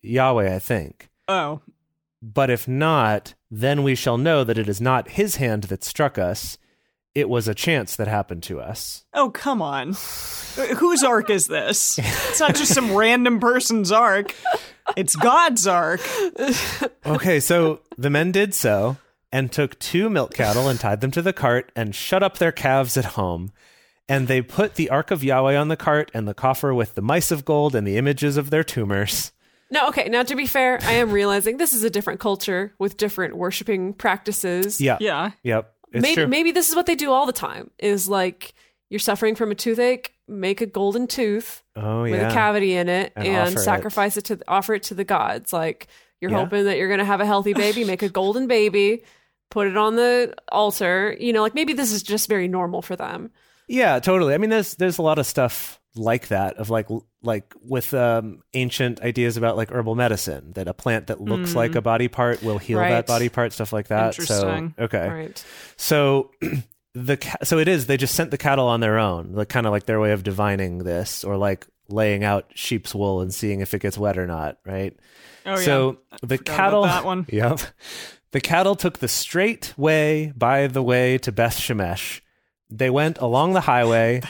Yahweh, I think. Oh. But if not, then we shall know that it is not his hand that struck us. It was a chance that happened to us. Oh, come on. Uh, Whose ark is this? It's not just some random person's ark. It's God's ark. Okay, so the men did so and took two milk cattle and tied them to the cart and shut up their calves at home. And they put the ark of Yahweh on the cart and the coffer with the mice of gold and the images of their tumors. No, okay. Now, to be fair, I am realizing this is a different culture with different worshiping practices. Yeah. Yeah. Yep. It's maybe, true. maybe this is what they do all the time is like you're suffering from a toothache, make a golden tooth oh, with yeah. a cavity in it And and, offer it. sacrifice it. to to offer it to the gods. Like you're Yeah. hoping that you're going to have a healthy baby, make a golden baby, put it on the altar. You know, like maybe this is just very normal for them. Yeah, totally. I mean, there's there's a lot of stuff like that of like like with um, ancient ideas about like herbal medicine that a plant that looks like a body part will heal Hmm. Right. that body part, stuff like that. So Interesting. okay, Right. So the ca- so it is they just sent the cattle on their own, like kind of like their way of divining this or like laying out sheep's wool and seeing if it gets wet or not, right? Oh, so the Forgot about cattle that one. Yep. The cattle took the straight way by the way to Beth Shemesh. They went along the highway,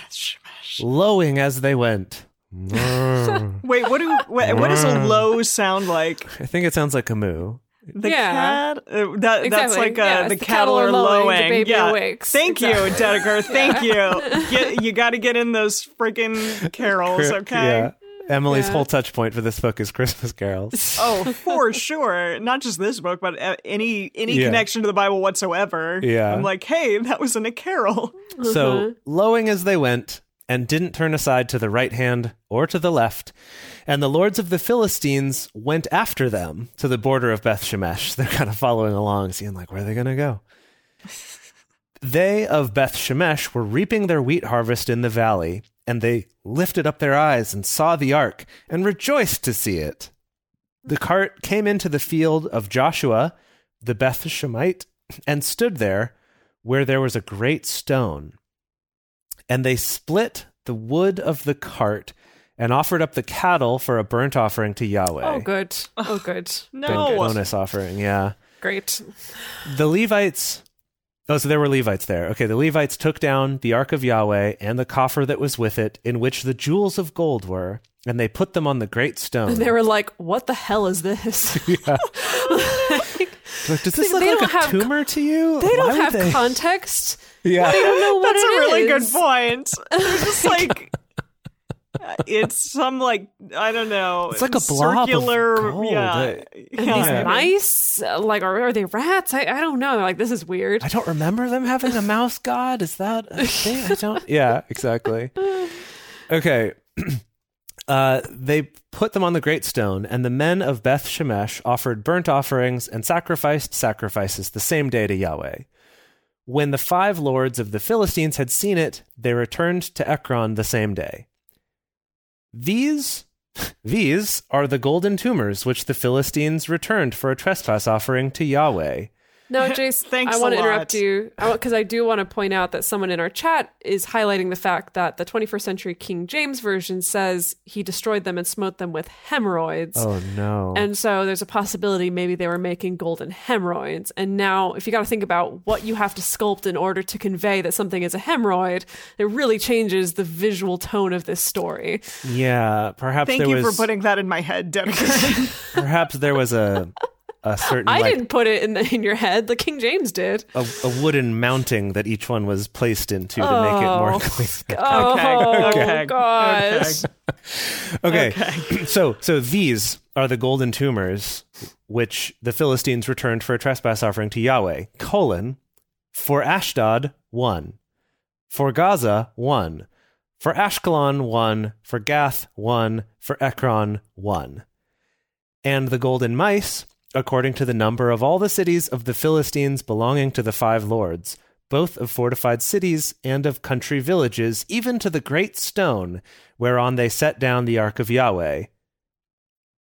lowing as they went. I Wait, what do what, what does a Mm. low sound like? think it sounds like a moo. The Yeah. cat. Uh, that, That's Exactly. like uh, Yeah, the, it's the cattle, cattle are are lowing. lowing, the baby yeah. awakes. Thank you, Exactly. Dedeker. Thank you. Get, you got to get in those freaking carols, okay? Yeah. Emily's Yeah. whole touch point for this book is Christmas carols. Oh, for sure. Not just this book, but uh, any any Yeah. connection to the Bible whatsoever. Yeah. I'm like, hey, that was in a carol. So, lowing as they went, and didn't turn aside to the right hand or to the left. And the lords of the Philistines went after them to the border of Beth Shemesh. They're kind of following along, seeing like where are they going to go. they of Beth Shemesh were reaping their wheat harvest in the valley, and they lifted up their eyes and saw the ark and rejoiced to see it. The cart came into the field of Joshua, the Beth Shemite, and stood there where there was a great stone. And they split the wood of the cart and offered up the cattle for a burnt offering to Yahweh. Oh, good. Oh, good. Bon- No. Bonus offering, yeah. Great. The Levites. Oh, so there were Levites there. Okay, the Levites took down the ark of Yahweh and the coffer that was with it, in which the jewels of gold were, and they put them on the great stone. And they were like, "What the hell is this?" Like, Does this They- look they like don't a have con- tumor to you? They Why don't would have they- context. Yeah. They don't know what That's a it really good is. point. They're just like it's some like I don't know. It's like a blob of circular. gold. Yeah, It- These yeah. mice, Uh, like, are, are they rats? I, I don't know. They're like, this is weird. I don't remember them having a mouse god. Is that a thing? I don't. Yeah, exactly. Okay. Uh, they put them on the great stone, and the men of Beth Shemesh offered burnt offerings and sacrificed sacrifices the same day to Yahweh. When the five lords of the Philistines had seen it, they returned to Ekron the same day. These these are the golden tumors which the Philistines returned for a trespass offering to Yahweh. No, Jace, Thanks I want a to interrupt lot. you because I do want to point out that someone in our chat is highlighting the fact that the 21st century King James Version says he destroyed them and smote them with hemorrhoids. Oh no. And so there's a possibility maybe they were making golden hemorrhoids. And now, if you got to think about what you have to sculpt in order to convey that something is a hemorrhoid, it really changes the visual tone of this story. Yeah, perhaps Thank there you was for putting that in my head, Dedeker. perhaps there was a a certain I like didn't put it in, the, in your head, the King James did. a, a wooden mounting that each one was placed into to make it more Oh. clear. Oh, okay, gosh. okay. Okay. so so these are the golden tumors which the Philistines returned for a trespass offering to Yahweh. Colon for Ashdod 1. For Gaza 1. For Ashkelon 1. For Gath 1. For Ekron 1. And the golden mice according to the number of all the cities of the Philistines belonging to the five lords, both of fortified cities and of country villages, even to the great stone whereon they set down the ark of Yahweh,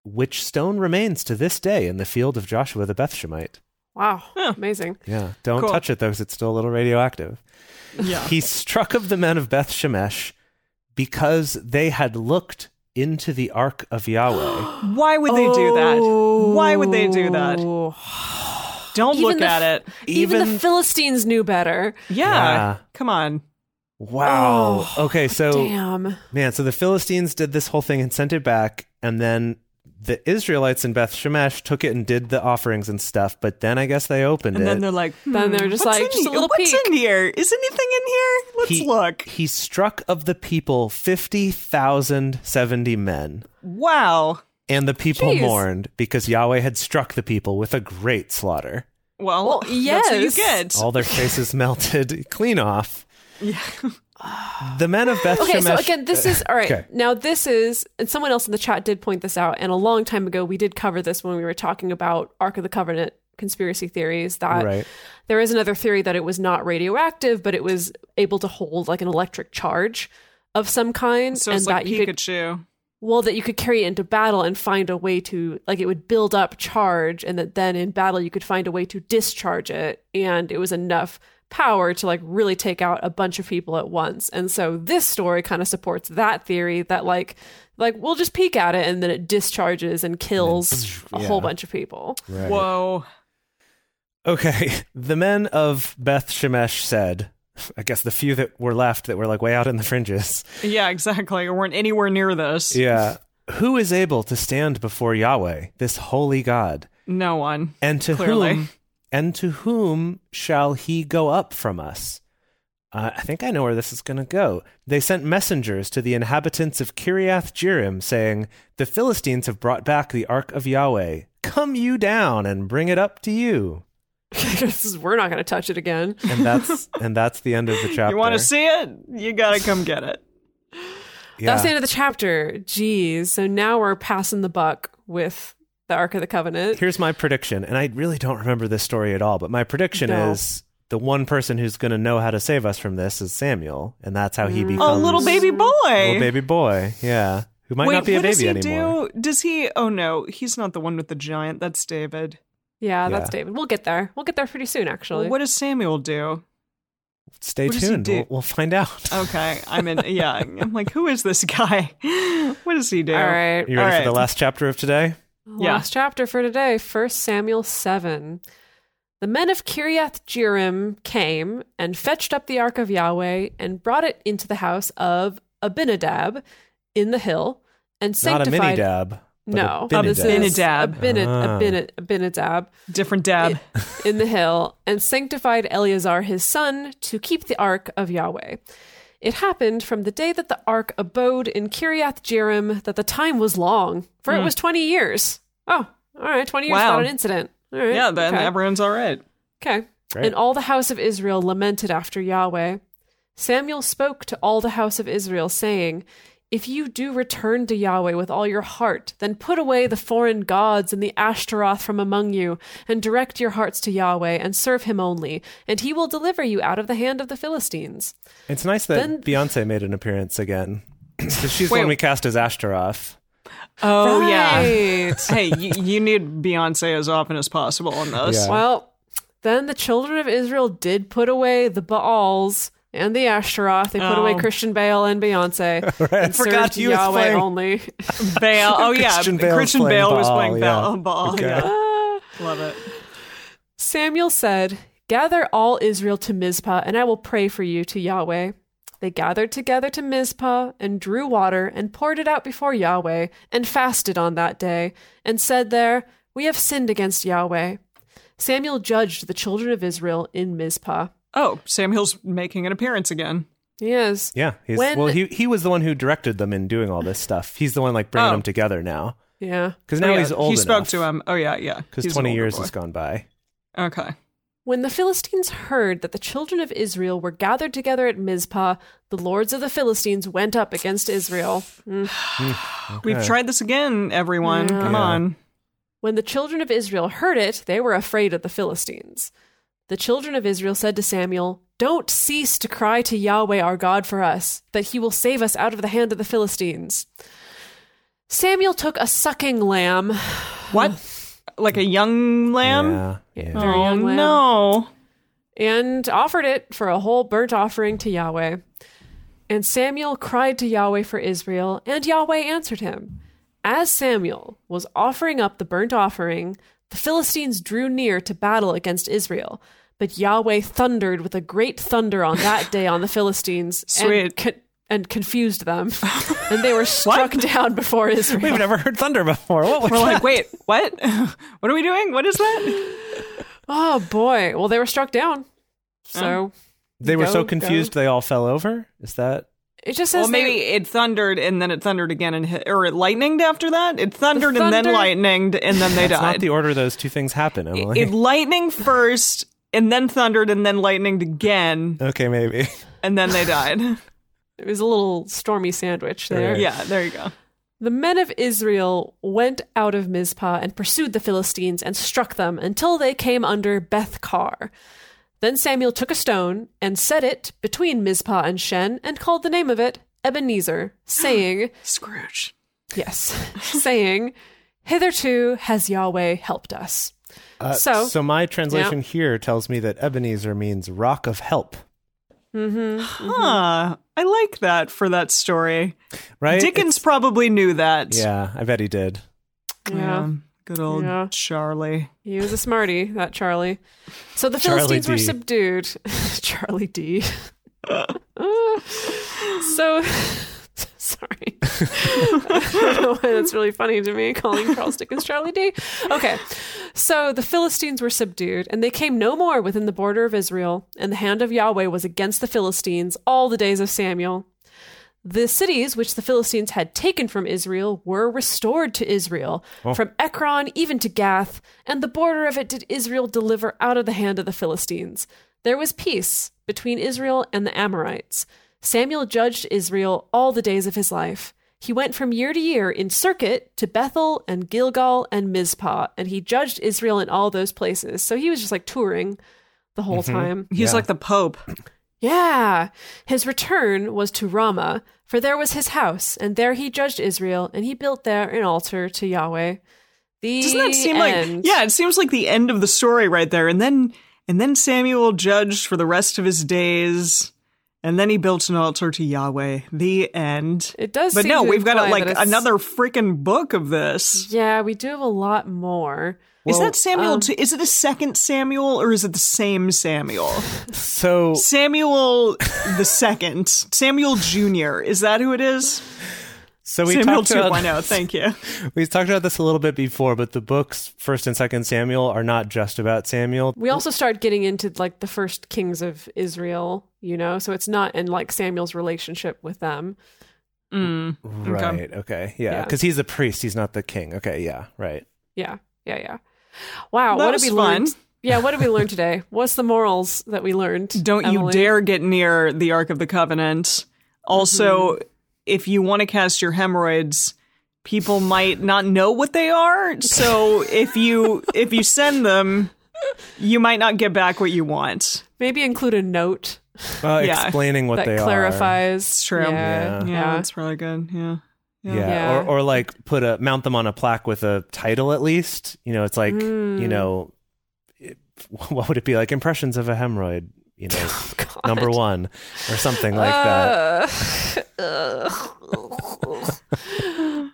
which stone remains to this day in the field of Joshua the Bethshemite. Wow. Amazing. Yeah, don't Cool. touch it though, 'cause it's still a little radioactive. Yeah. He struck of the men of Beth Shemesh because they had looked into the ark of Yahweh. Why would they do that? Why would they do that? Oh. Don't Even look the- at it. Even, Even- the Philistines knew better. Yeah. Yeah. Come on. wow. Oh, okay, so Damn. Man, so the Philistines did this whole thing and sent it back, and then the Israelites in Beth Shemesh took it and did the offerings and stuff. But then I guess they opened And it. then they're like, hmm, Then they're just what's like, in just a here? little what's peek. in here? Is anything in here? Let's he, look. He struck of the people fifty thousand seventy men, Wow. and the people Jeez. mourned because Yahweh had struck the people with a great slaughter. Well, that's what you yes. get. All their faces melted clean off. the men of Beth Okay, so Shemesh- again, this is all right. Okay. Now, this is, and someone else in the chat did point this out, and a long time ago, we did cover this when we were talking about Ark of the Covenant conspiracy theories. That Right. there is another theory that it was not radioactive, but it was able to hold like an electric charge of some kind, So and it's that like you could Pikachu. well that you could carry it into battle and find a way to like it would build up charge and that then in battle you could find a way to discharge it and it was enough power to like really take out a bunch of people at once. And so this story kind of supports that theory that like like we'll just peek at it and then it discharges and kills a yeah. whole bunch of people. Right. Whoa. Okay. The men of Beth Shemesh said, I guess the few that were left that were like way out in the fringes. Yeah, exactly. We weren't anywhere near this. Yeah. Who is able to stand before Yahweh, this holy God? No one. And to Clearly. whom and to whom shall he go up from us? Uh, I think I know where this is going to go. They sent messengers to the inhabitants of Kiriath Jearim, saying, "The Philistines have brought back the ark of Yahweh. Come you down and bring it up to you." This is- We're not going to touch it again. And that's and that's the end of the chapter. You want to see it? You gotta come get it. That's the Yeah. end of the chapter. Geez. So now we're passing the buck with the Ark of the Covenant. Here's my prediction, and I really don't remember this story at all, but my prediction No. is the one person who's going to know how to save us from this is Samuel, and that's how he becomes Oh, little baby boy. Um, little baby boy. Yeah, who might Wait, not be a what does baby he anymore. do? Does he? Oh no, he's not the one with the giant. That's David. Yeah, Yeah. that's David. We'll get there. We'll get there pretty soon, actually. What does Samuel do? Stay what does he tuned. do? We'll, we'll find out. Okay, I'm in. Yeah, I'm like, who is this guy? What does he do? All right. you ready all for the right. last chapter of today? Yeah. Last chapter for today, 1 Samuel 7. The men of Kiriath Jearim came and fetched up the ark of Yahweh and brought it into the house of Abinadab in the hill and Not a mini sanctified. dab. but No, a this Benidab. is Abinadab. Abinad- Ah. Abinad- Abinadab Different dab. in the hill and sanctified Eleazar his son to keep the ark of Yahweh. It happened from the day that the ark abode in Kiriath Jearim that the time was long, for it was 20 years. Oh, all right, 20 years Hmm. Wow. without an incident. All right. yeah, then okay. everyone's all right. Okay. Great. And all the house of Israel lamented after Yahweh. Samuel spoke to all the house of Israel, saying, If you do return to Yahweh with all your heart, then put away the foreign gods and the Ashtaroth from among you, and direct your hearts to Yahweh, and serve him only, and he will deliver you out of the hand of the Philistines. It's nice that Then- Beyonce made an appearance again. 'Cause she's the Wait. one we cast as Ashtaroth. Oh yeah. Right. Hey, you, you need Beyonce as often as possible on this. Yeah. Well, then the children of Israel did put away the Baals and the Ashtaroth. They put away Oh. Christian Baal and Beyonce. Forgot And served you was Yahweh playing- only. Baal. Oh yeah, Christian Christian Bale, Bale's playing was Baal, playing Baal. yeah. on Baal. Okay. Yeah, love it. Samuel said, Gather all Israel to Mizpah, and I will pray for you to Yahweh. They gathered together to Mizpah, and drew water, and poured it out before Yahweh, and fasted on that day, and said there, We have sinned against Yahweh. Samuel judged the children of Israel in Mizpah. Oh, Sam Hill's making an appearance again. He is. Yeah, he's, When- well, he he was the one who directed them in doing all this stuff. He's the one like bringing Oh. them together now Yeah. because now Oh, yeah, he's old. He spoke enough. to him. Oh yeah, yeah. because He's an 20 older years boy. has gone by. Okay. When the Philistines heard that the children of Israel were gathered together at Mizpah, the lords of the Philistines went up against Israel. We've Okay. tried this again, everyone. Come Yeah. on. When the children of Israel heard it, they were afraid of the Philistines. The children of Israel said to Samuel, Don't cease to cry to Yahweh our God for us, that he will save us out of the hand of the Philistines. Samuel took a sucking lamb. What? Like a young lamb? yeah, yeah. Very Oh young lamb. no. and offered it for a whole burnt offering to Yahweh. And Samuel cried to Yahweh for Israel, and Yahweh answered him. As Samuel was offering up the burnt offering, the Philistines drew near to battle against Israel. But Yahweh thundered with a great thunder on that day on the Philistines Sweet. and, con- and confused them. and they were struck down before Israel. We've never heard thunder before. What was We're like, wait, what? what are we doing? What is that? Oh boy. Well, they were struck down. So they were so Go, confused they all fell over? Is that it just says Well, they- maybe it thundered and then it thundered again and hit, or it lightninged after that. It thundered and then thunder- lightninged and then they It's not died. the order those two things happen, Emily. it lightning first and then thundered and then lightninged again okay, maybe. and then they died. it was a little stormy sandwich there. Right. yeah, there you go. The men of Israel went out of Mizpah and pursued the Philistines and struck them until they came under Beth Kar. Then Samuel took a stone and set it between Mizpah and Shen and called the name of it Ebenezer, saying, Scrooge. Yes, saying, Hitherto has Yahweh helped us. Uh, So- so my translation here tells me that Ebenezer means rock of help, Huh. I like that for that story. right? Dickens probably knew that. It's- yeah, I bet he did. Yeah. Good old Yeah. Charlie. He was a smarty, that Charlie. So the Charlie Philistines were D. subdued. Charlie D. so sorry. I don't know why That's really funny to me, calling Charles Dickens Charlie D. Okay. So the Philistines were subdued, and they came no more within the border of Israel, and the hand of Yahweh was against the Philistines all the days of Samuel. The cities which the Philistines had taken from Israel were restored to Israel, from Ekron even to Gath, and the border of it did Israel deliver out of the hand of the Philistines. There was peace between Israel and the Amorites. Samuel judged Israel all the days of his life. He went from year to year in circuit to Bethel and Gilgal and Mizpah, and he judged Israel in all those places. So he was just like touring the whole time. He's Yeah. like the Pope. Yeah. His return was to Ramah, for there was his house, and there he judged Israel, and he built there an altar to Yahweh. The Doesn't that seem end. like Yeah, it seems like the end of the story right there. And then and then Samuel judged for the rest of his days. And then he built an altar to Yahweh. The end. It does But seem no, to we've got imply like that it's- another freaking book of this. Yeah, we do have a lot more. is that Samuel? um, too is it a second Samuel or is it the same Samuel? So Samuel the second, Samuel Junior. Is that who it is? so we Samuel talked about 2.0. Thank you. we talked about this a little bit before, but the books First and Second Samuel are not just about Samuel. We also start getting into like the first kings of Israel, you know, so it's not in like Samuel's relationship with them. Hmm. Mm. Right. Okay. Yeah. Yeah. Because he's the priest. He's not the king. Okay. Yeah. Right. Yeah, yeah, yeah. Wow, That what was did we fun. learn? Yeah, what did we learn today? What's the morals that we learned? Don't you Emily? dare get near the Ark of the Covenant. Also, Mm-hmm. if you want to cast your hemorrhoids, people might not know what they are. So if you if you send them, you might not get back what you want. Maybe include a note Uh, Yeah. Explaining what that they are. clarifies. It's true. Yeah, Yeah. yeah. that's really good. Yeah. Yeah. Yeah. Or or like put a mount them on a plaque with a title at least. You know, it's like Hmm. you know, it, what would it be like? Impressions of a hemorrhoid. You know, Oh, number one or something like that. Uh,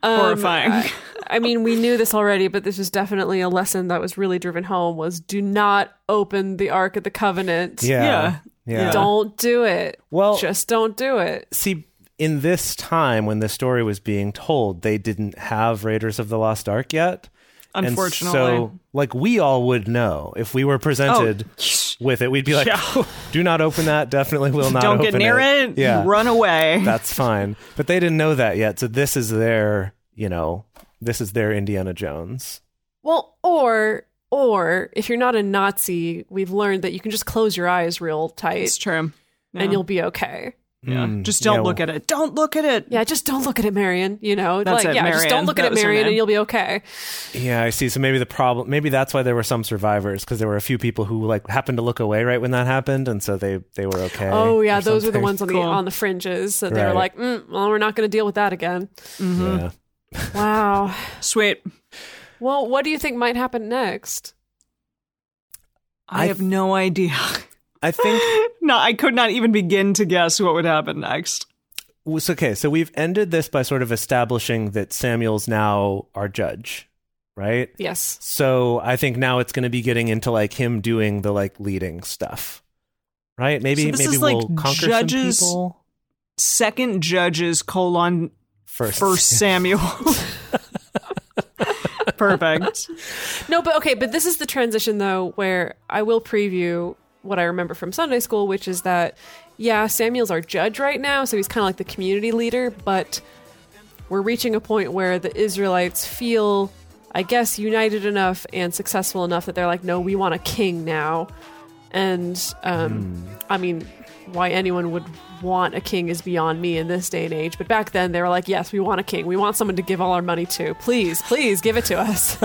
Um, Horrifying. I, I mean, we knew this already, but this was definitely a lesson that was really driven home: was do not open the Ark of the Covenant. Yeah. yeah. yeah. Don't do it. Well- just don't do it. see in this time when the story was being told they didn't have raiders of the lost ark yet And Unfortunately. Oh, so like we all would know if we were presented Oh, with it we'd be like Yeah. do not open that definitely will not Don't get open near it. yeah Run away. that's fine but they didn't know that yet so this is their you know this is their indiana jones Well, or or if you're not a Nazi, we've learned that you can just close your eyes real It's tight true. Yeah. and you'll be okay. yeah. Mm, just don't yeah, look at it. Don't look at it. Yeah, just don't look at it, Marion. You know, That's it, like yeah, just Marion. don't look That at it, was her Marion, and name. you'll be okay. yeah i see so maybe the problem maybe that's why there were some survivors because there were a few people who like happened to look away right when that happened and so they they were okay Oh yeah, or those were the something. ones on Cool. the on the fringes that they were Right. like, mm, well, we're not going to deal with that again. yeah Wow. Sweet. well, what do you think might happen next? I, I- have no idea. I think no, I could not even begin to guess what would happen next. was okay. So we've ended this by sort of establishing that Samuel's now our judge, right? Yes. So I think now it's going to be getting into like him doing the like leading stuff, right? Maybe this maybe is, like, we'll conquer judges- some people Second Judges colon first. First Samuel. Perfect. No, but okay, but this is the transition though where I will preview what I remember from Sunday school, which is that yeah, Samuel's our judge right now, so he's kind of like the community leader, but we're reaching a point where the Israelites feel I guess united enough and successful enough that they're like, no, we want a king now. And um, I mean, why anyone would want a king is beyond me in this day and age. But back then, they were like, yes, we want a king. We want someone to give all our money to. Please, please give it to us.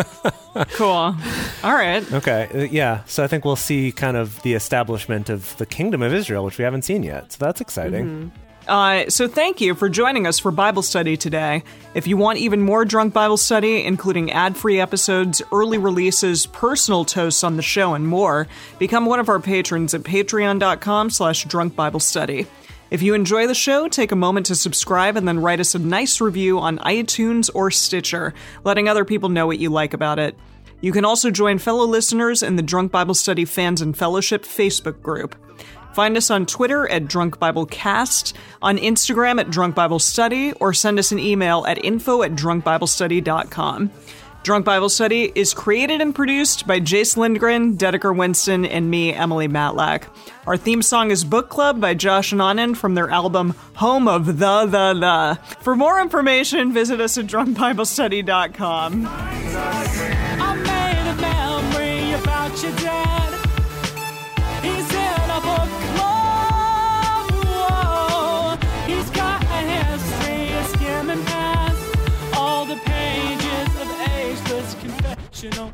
Cool. All right. Okay, uh, yeah. So I think Mm-hmm. we'll see kind of the establishment of the kingdom of Israel, which we haven't seen yet. So that's exciting. Uh, so thank you for joining us for Bible study today. If you want even more drunk Bible study, including ad-free episodes, early releases, personal toasts on the show, and more, become one of our patrons at patreon.com slash drunk Bible study. If you enjoy the show, take a moment to subscribe and then write us a nice review on iTunes or Stitcher, letting other people know what you like about it. You can also join fellow listeners in the Drunk Bible Study Fans and Fellowship Facebook group. Find us on Twitter at Drunk Bible Cast, on Instagram at Drunk Bible Study, or send us an email at info at drunkbiblestudy.com. Drunk Bible Study is created and produced by Jace Lindgren, Dedeker Winston, and me, Emily Matlack. Our theme song is Book Club by Josh and Anand from their album Home of the The The. For more information, visit us at drunkbiblestudy.com. I made a memory about your dad. He's in a book club. Whoa. He's got a history of skimming past all the pages of ageless confessional.